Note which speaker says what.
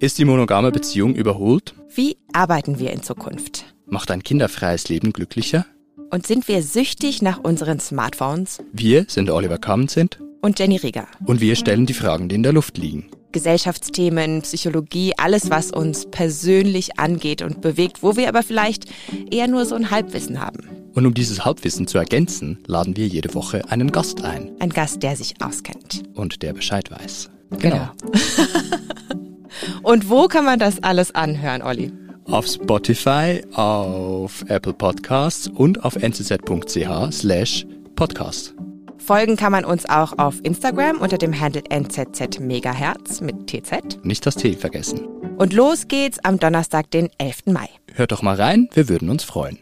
Speaker 1: Ist die monogame Beziehung überholt?
Speaker 2: Wie arbeiten wir in Zukunft?
Speaker 1: Macht ein kinderfreies Leben glücklicher?
Speaker 2: Und sind wir süchtig nach unseren Smartphones?
Speaker 1: Wir sind Oliver Kamenzind
Speaker 2: Und Jenny Rieger.
Speaker 1: und wir stellen die Fragen, die in der Luft liegen.
Speaker 2: Gesellschaftsthemen, Psychologie, alles, was uns persönlich angeht und bewegt, wo wir aber vielleicht eher nur so ein Halbwissen haben.
Speaker 1: Und um dieses Halbwissen zu ergänzen, laden wir jede Woche einen Gast ein
Speaker 2: Ein Gast, der sich auskennt.
Speaker 1: und der Bescheid weiß. Genau.
Speaker 2: Und wo kann man das alles anhören, Olli?
Speaker 1: Auf Spotify, auf Apple Podcasts und auf nczch slash podcast.
Speaker 2: Folgen kann man uns auch auf Instagram unter dem Handle NZZ Megahertz mit TZ.
Speaker 1: Nicht das T vergessen.
Speaker 2: Und los geht's am Donnerstag, den 11. Mai.
Speaker 1: Hört doch mal rein, wir würden uns freuen.